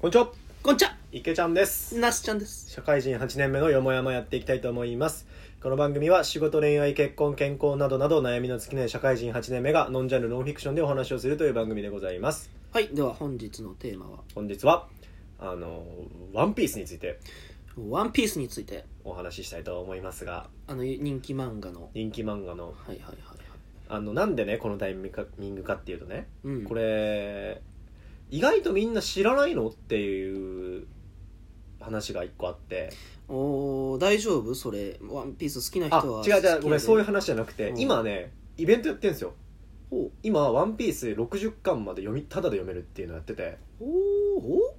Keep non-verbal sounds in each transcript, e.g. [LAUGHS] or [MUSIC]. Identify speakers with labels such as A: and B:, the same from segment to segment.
A: こんにちは
B: こんにちは、
A: 池ちゃんです
B: なすちゃんです。
A: 社会人8年目のよもやまやっていきたいと思いますこの番組は仕事恋愛結婚健康などなど悩みの尽きない社会人8年目がノンジャンルノンフィクションでお話をするという番組でございます
B: はい、では本日のテーマは、
A: 本日はあのワンピースについて
B: ワンピースについて、
A: お話ししたいと思いますが
B: あの人気漫画の、
A: 人気漫画の
B: はいはいはいはい。
A: あのなんでねこのタイミングかっていうとね
B: うん、
A: これ意外とみんな知らないのっていう話が一個あって
B: おー大丈夫それ、ワンピース好きな
A: あ
B: 人は。
A: 違う違うごめんそういう
B: う。
A: 話じゃなくて
B: うん
A: 今ねイベントやってるんですよ
B: おー
A: 今「ワンピース60巻まで読みただで読めるっていうのやってて
B: おお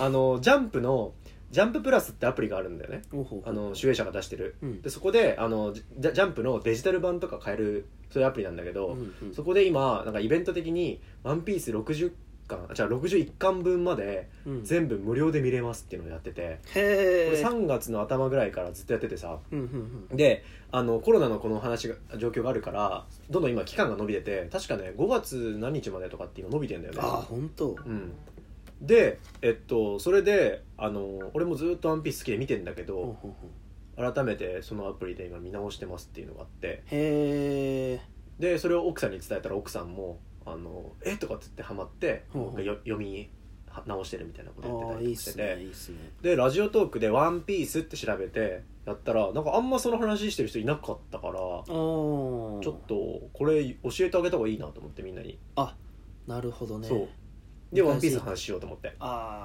A: あのジャンプの「ジャンププラス」ってアプリがあるんだよね
B: おおほ
A: あの集英社が出してる
B: うん
A: でそこであのジャジャンプのデジタル版とか買えるそういうアプリなんだけど、
B: うんうん
A: そこで今なんかイベント的に「ワンピース60巻じゃあ61巻分まで
B: うん
A: 全部無料で見れますっていうのをやってて、こ
B: へ
A: れ
B: え。
A: 3月の頭ぐらいからずっとやっててさ
B: うんうんうん。
A: であのコロナのこの話が状況があるからどんどん今期間が伸びてて確かね5月何日までとかって今伸びてんだよね
B: ああ、本当。
A: うんでえっとそれであの俺もずっと「ワンピース好きで見てんだけ
B: ほう
A: ど
B: ほうほう
A: 改めてそのアプリで今見直してますっていうのがあって
B: へえ。
A: でそれを奥さんに伝えたら奥さんも「あのえとかっつってハマって
B: ほう
A: も
B: ほ
A: う
B: う
A: 一回よ読み直してるみたいなことやって
B: あ
A: た
B: あ、
A: り
B: いい
A: と
B: っ
A: かして
B: す
A: て、
B: ね、いいっすね。
A: でラジオトークで「ワンピースって調べてやったらなんかあんまその話してる人いなかったから
B: ああ。
A: ちょっとこれ教えてあげた方がいいなと思ってみんなに、
B: あ、なるほどね。
A: そうで「ワンピースの話しようと思って
B: あ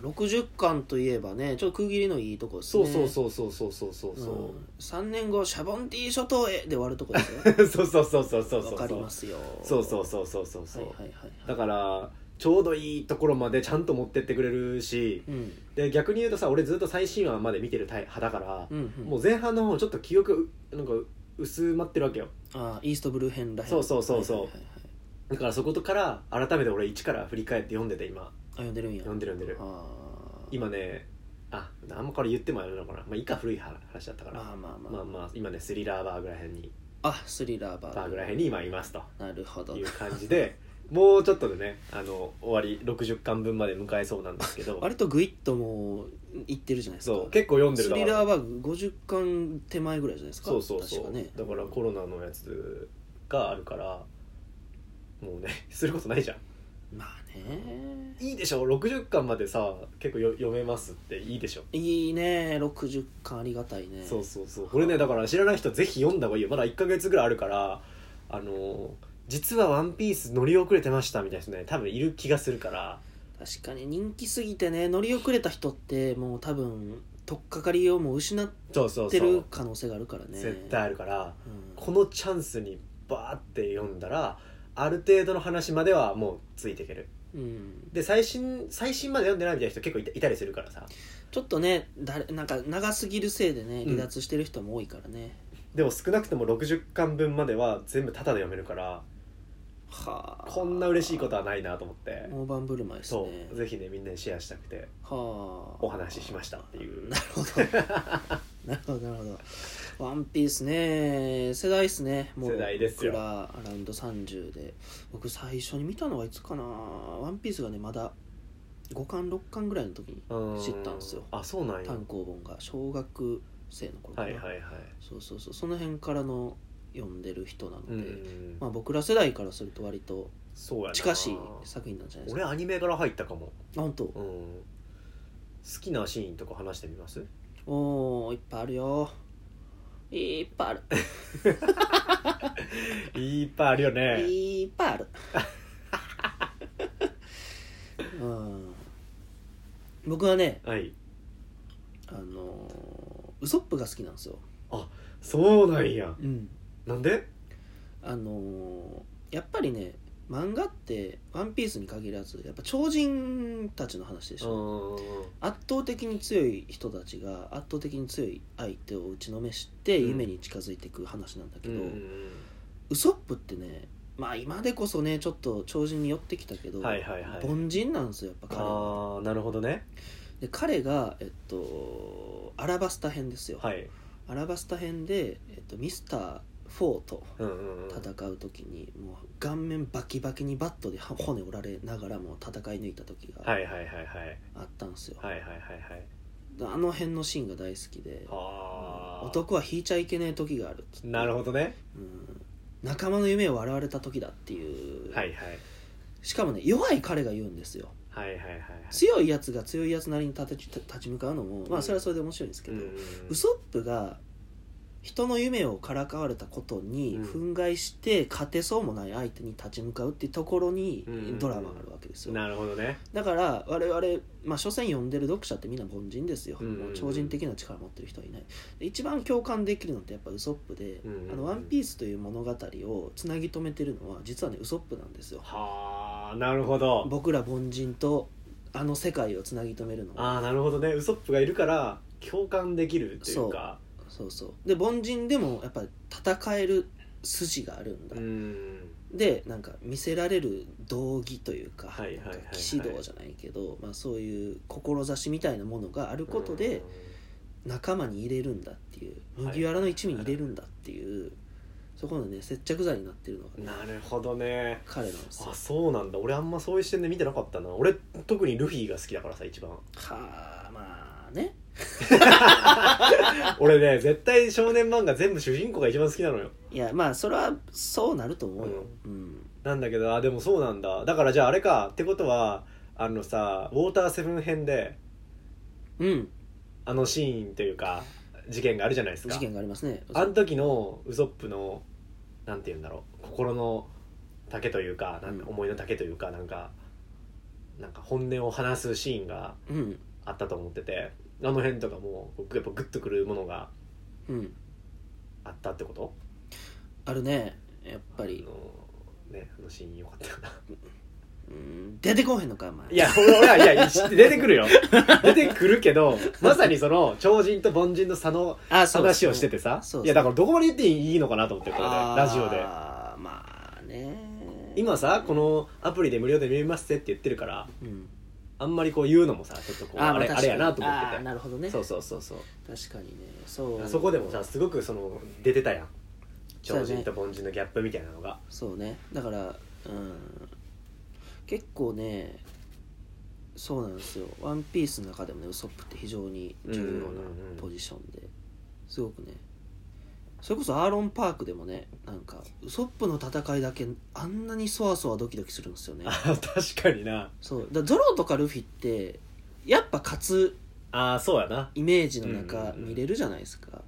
B: ー60巻といえばねちょっと区切りのいいとこです
A: そ
B: ね
A: うそうそうそうそうそうそうそう
B: うん、3年後シャボンティ諸島へで終わるとこですよ
A: そうそうそうそうそうそう
B: わかりますよ
A: そうそうそうそうそうそう、
B: はいはいはい
A: だ
B: はい
A: からちょうどいいところまでちゃんと持ってってくれるし
B: うん
A: で逆に言うとさ俺ずっと最新話まで見てるタイ派だから
B: う、んうん、
A: もう前半の方ちょっと記憶なんか薄まってるわけよ
B: あーイーストブルー編らへん
A: そうそうそうそう
B: はいはいはいはい
A: だからそことから改めて俺一から振り返って読んでて今
B: あ読んでるんや
A: 読んでる読んでる
B: あー
A: 今ねああんまこれ言ってもあれなのかなまあ以下古い話だったから
B: まあまあまあ、
A: まあまあ今ねスリラーバーぐらいへんに
B: あ、スリラーバー
A: バーぐらいへんに今いますと
B: なるほど
A: いう感じでもうちょっとでねあの終わり60巻分まで迎えそうなんですけど
B: 割とグイッともういってるじゃないですか
A: そう結構読んでる
B: ス
A: だ
B: リ
A: から
B: ラーバー50巻手前ぐらいじゃないですか
A: そうそうそう
B: 確かね
A: だからコロナのやつがあるからもうね [LAUGHS] することないじゃん
B: まあね
A: いいでしょ60巻までさ結構よ読めますっていいでしょ、
B: いいね60巻ありがたいね
A: そうそうそうこれねだから知らない人ぜひ読んだ方がいいよまだ1か月ぐらいあるからあの実は「ワンピース乗り遅れてましたみたいな人ね多分いる気がするから
B: 確かに人気すぎてね乗り遅れた人ってもう多分取っかかりをもう失っ
A: そうそう
B: て
A: そう
B: る可能性があるからね
A: 絶対あるから
B: うん
A: このチャンスにバーって読んだらある程度の話まではもうついていける
B: うん、
A: で最新最新まで読んでないみたいな人結構いたいたりするからさ
B: ちょっとねだれなんか長すぎるせいでね
A: うん
B: 離脱してる人も多いからね、
A: でも少なくとも60巻分までは全部タダで読めるから
B: はあ
A: こんな嬉しいことはないなと思って
B: 大盤振る舞いです
A: そ
B: ね
A: うぜひねみんなにシェアしたくて
B: はあ
A: お話ししましたっていう
B: なるほど [LAUGHS] なるほどなるほど「ワンピースね世代ですねもう
A: 世代ですよ
B: 僕らアラウンド30で僕最初に見たのはいつかな「ワンピースがねまだ5巻6巻ぐらいの時に
A: う
B: 知ったんすよ
A: あそうなんや
B: 単行本が小学生の頃か
A: は
B: な、
A: いはいはい
B: そうそうそうその辺からの読んでる人なので、
A: うん
B: まあ、僕ら世代からすると割と
A: そうやな
B: 近しい作品なんじゃないです
A: 俺
B: か
A: アニメから入ったかも
B: あ本当
A: うん好きなシーンとか話してみます
B: おーいっぱいあるよいっぱいある
A: いっぱいあるよね
B: いっぱいある [LAUGHS] うん僕はね
A: はい
B: あのーウソップが好きなんですよ、
A: そうなんや
B: うん、
A: なんで
B: あのーやっぱりね漫画って「ワンピースに限らずやっぱ超人たちの話でしょ、
A: ん
B: 圧倒的に強い人たちが圧倒的に強い相手を打ちのめして
A: うん
B: 夢に近づいていく話なんだけ
A: う
B: ど、
A: ん
B: ウソップってねまあ今でこそねちょっと超人に寄ってきたけど、
A: はいはいはい
B: 凡人なんですよやっぱ彼は
A: ああなるほどね
B: で彼が、えっと、アラバスタ編ですよ、
A: はい
B: アラバスタ編で、えっと、ミスターフォーと
A: うんうんうん
B: 戦う時にもう顔面バキバキにバットでは骨折られながらも戦い抜いた時が
A: はいはいはいはい
B: あったんですよ、
A: はいはいはいはい
B: あの辺のシーンが大好きで
A: はあ
B: 男は引いちゃいけない時があるっつって
A: なるほどね
B: うん仲間の夢を笑われた時だっていう、
A: はいはい
B: しかもね弱い彼が言うんですよ
A: はいはいはいはい
B: 強いやつが強いやつなりに立て立ち向かうのもまあそれはそれで面白いんですけど、ウソップが人の夢をからかわれたことに憤慨して勝てそうもない相手に立ち向かうっていうところに
A: うん
B: ドラマがあるわけですよ、
A: なるほどね
B: だから我々、まあ、所詮読んでる読者ってみんな凡人ですよ、
A: うん
B: もう超人的な力持ってる人はいないで一番共感できるのってやっぱウソップで「
A: うん
B: あのワンピースという物語をつなぎ止めてるのは実はねウソップなんですよ
A: はあなるほど
B: 僕ら凡人とあの世界をつなぎ止めるのは
A: ああなるほどねウソップがいるから共感できるというか
B: そうそうで凡人でもやっぱり戦える筋があるんだ、
A: うん
B: でなんか見せられる道義というか
A: はいはいはいはい
B: なんか騎士道じゃないけど、まあ、そういう志みたいなものがあることで仲間に入れるんだっていう
A: はい
B: 麦わらの一味に入れるんだっていうそこのね接着剤になってるの
A: うん
B: が、ね、
A: なるほどね
B: 彼なんですよ
A: あそうなんだ俺あんまそういう視点で見てなかったな俺特にルフィが好きだからさ一番
B: はあまあね
A: 俺ね絶対少年漫画全部主人公が一番好きなのよ
B: いやまあそれはそうなると思うよ、うん
A: なんだけどあでもそうなんだだからじゃああれかってことはあのさウォーターセブン編で
B: うん、
A: あのシーンというか事件があるじゃないですか
B: 事件がありますね
A: あの時のウソップのなんて言うんだろう心の丈というかなん
B: うん
A: 思いの丈というかなんかなんか本音を話すシーンが
B: うん
A: あったと思っててあの辺とかもやっぱグッとくるものが
B: うん
A: あったってこと
B: あるねやっぱり
A: あのねあのシーンよかったよな
B: うん出てこうへんのかお前
A: いや俺俺はいや知 [LAUGHS] って出てくるよ出てくるけどまさにその超人と凡人の差の
B: あそう
A: 話をしててさ
B: そうそう
A: いやだからどこまで言っていいのかなと思ってこれで
B: あー
A: ラジオで
B: まあね
A: 今さこのアプリで無料で見れますってって言ってるから
B: うん
A: あんまりこう言うのもさちょっとこう
B: ー
A: あ
B: ま
A: れ
B: 確
A: あ
B: か
A: れ
B: に
A: やなと思
B: あー
A: って
B: なるほど
A: て
B: ね
A: そうそうそうそう
B: 確かにねそう
A: そこでもさすごくその出てたやん
B: そ
A: 超
B: うだね
A: 人と凡人のギャップみたいなのが
B: そうねだからうん結構ねそうなんですよ「ワンピースの中でもねウソップって非常に重要なポジションですごくねそれこそアーロン・パークでもねなんかウソップの戦いだけあんなにそわそわドキドキするんですよね
A: あ [LAUGHS] 確かにな
B: そうだからゾロとかルフィってやっぱ勝つ
A: ああそうやな
B: イメージの中
A: うんうんうん
B: 見れるじゃないですか、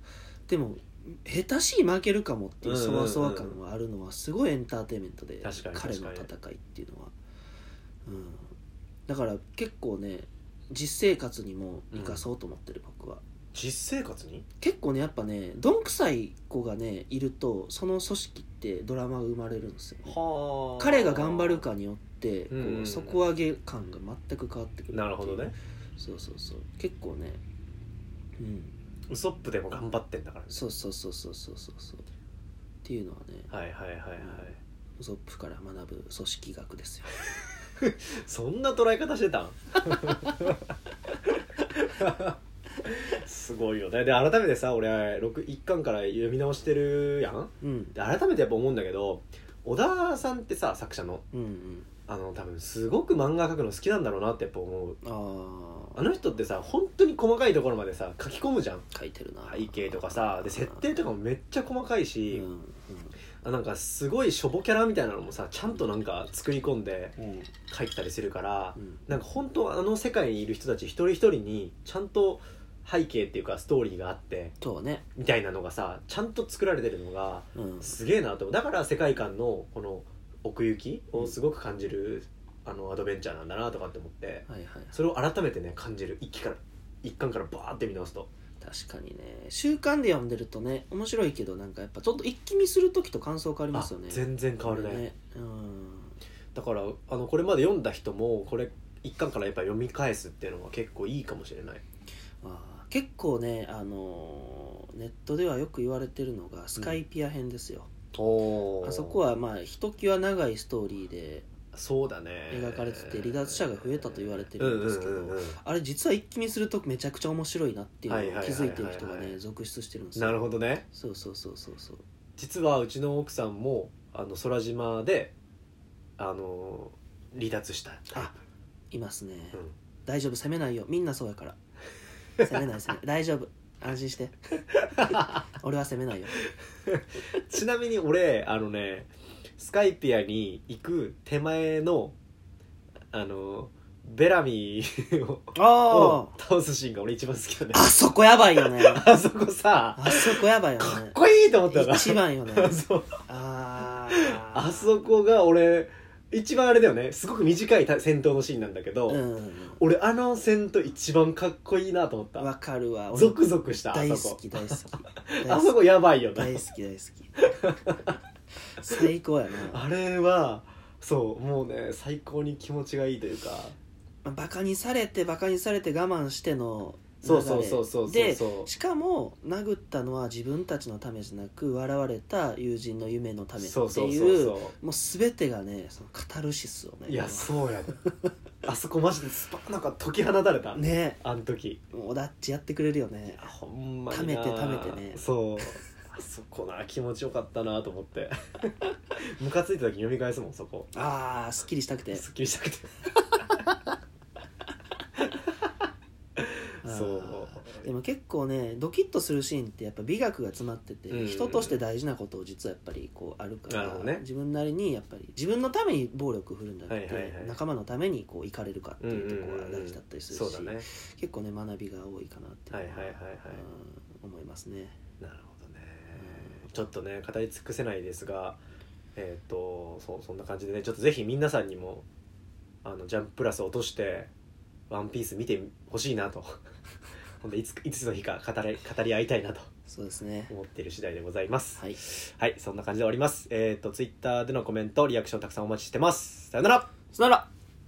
B: でも下手しい負けるかもっていう
A: うんうんう
B: そ
A: ん
B: わそわ感があるのはすごいエンターテインメントで
A: 確かに
B: 彼の戦いっていうのは、うん、だから結構ね実生活にも生かそうと思ってる僕は、
A: 実生活に
B: 結構ねやっぱねどんくさい子がねいるとその組織ってドラマが生まれるんですよね、
A: は
B: 彼が頑張るかによってこ
A: うんうんう
B: うん底上げ感が全く変わってくるっていう
A: なるほどね
B: そうそうそう結構ねうん
A: ウソップでも頑張ってんだからね
B: そうそうそうそうそうそうそうっていうのはね
A: はいはいはいはい
B: ウソップから学ぶ組織学ですよ
A: そんな捉え方してた
B: [LAUGHS]
A: んすごいよねで改めてさ俺六一巻から読み直してるやん
B: うん
A: で改めてやっぱ思うんだけど小田さんってさ作者の
B: うんうん
A: あの多分すごく漫画描くの好きなんだろうなってやっぱ思う
B: あ
A: あの人ってさ本当に細かいところまでさ書き込むじゃん
B: あ書いてるな
A: 背景とかさで設定とかもめっちゃ細かい
B: うん
A: し、
B: うん
A: あなんかすごいしょぼキャラみたいなのもさちゃんとなんか作り込んで
B: うん
A: 書いてたりするから
B: うん
A: なんか本当あの世界にいる人たち一人一人にちゃんと背景っていうかストーリーがあって
B: そうね
A: みたいなのがさちゃんと作られてるのが
B: うん
A: すげえなと思うだから世界観のこの奥行きをすごく感じる、あのアドベンチャーなんだなとかって思って
B: はいはい
A: それを改めてね感じる一気から一巻からバーって見直すと
B: 確かにね習慣で読んでるとね面白いけどなんかやっぱちょっと一気見する時と感想変わりますよね
A: あ全然変わるね
B: これうん
A: だからあのこれまで読んだ人もこれ一巻からやっぱ読み返すっていうのは結構いいかもしれない
B: あー結構ねあのーネットではよく言われてるのがスカイピア編ですよ、
A: お
B: あそこはまあひときわ長いストーリーで
A: そうだね
B: 描かれてて離脱者が増えたと言われて
A: うん
B: るん
A: う
B: で
A: ん
B: すけ
A: うん
B: ど
A: うん
B: あれ実は一気見するとめちゃくちゃ面白いなっていうのを
A: はいはい
B: 気
A: はいはい
B: づ
A: はい
B: いてる人がね続出してるんですよ
A: なるほどね
B: そうそうそうそうそう
A: 実はうちの奥さんもあの空島であの離脱した
B: あいますね、
A: うん
B: 大丈夫責めないよみんなそうや
A: [LAUGHS]
B: から責めない責めない大丈夫安心して [LAUGHS] 俺は責めないよ
A: ちなみに俺あのねスカイピアに行く手前のあのベラミーを
B: あ
A: を倒すシーンが俺一番好きだね
B: あそこやばいよね
A: あそこさ
B: あそこやばいよ
A: かっ
B: ね
A: こいいと思ったよな
B: 一番よね
A: [LAUGHS] そう
B: ああ
A: あそこが俺一番あれだよねすごく短いた戦闘のシーンなんだけど、
B: うん
A: 俺あの戦闘一番かっこいいなと思った
B: わかるわ
A: ゾクゾクしたあ
B: 大
A: そ
B: 好
A: こ
B: き大好き
A: [LAUGHS] あそこやばいよな
B: 大好き大好き最高やな
A: あれはそうもうね最高に気持ちがいいというか
B: バカにされてバカにされて我慢しての流
A: そ
B: れ
A: うそうそうそうそう
B: で
A: そう
B: しかも殴ったのは自分たちのためじゃなく笑われた友人の夢のためって
A: そうそうそう
B: いう
A: そ
B: もう全てがねそのカタルシスをね
A: ういやそうやねあそこマジでスパなんか解き放たれた、
B: ね
A: あの時
B: もうだっちやってくれるよね
A: あほんまにな
B: 溜めて溜めてね
A: そうあそこな気持ちよかったなと思って [LAUGHS] ムカついた時読み返すもんそこ
B: ああすっきりしたくて
A: すっきりしたくてそう
B: あーでも結構ねドキッとするシーンってやっぱ美学が詰まってて、
A: うん
B: 人として大事なことを実はやっぱりこうあるか
A: なる
B: ら
A: ほどね
B: 自分なりにやっぱり自分のために暴力を振るんじゃなくて、
A: はいはいはい
B: 仲間のためにこう行かれるかっていうところが大事だったりするし、
A: そうだね
B: 結構ね学びが多いかなっていうの
A: はいはいはいはい
B: うん思いますね
A: なるほどねちょっとね語り尽くせないですがえっ、とそうそんな感じでねちょっとぜひ皆さんにもあのジャンププラス落として「ワンピース見てほしいなと [LAUGHS] ほんでいついつの日か語り語り合いたいなと
B: そうですね
A: 思っている次第でございます
B: はい
A: はいそんな感じで終わりますえっ、とツイッターでのコメントリアクションたくさんお待ちしてますさよなら
B: さよなら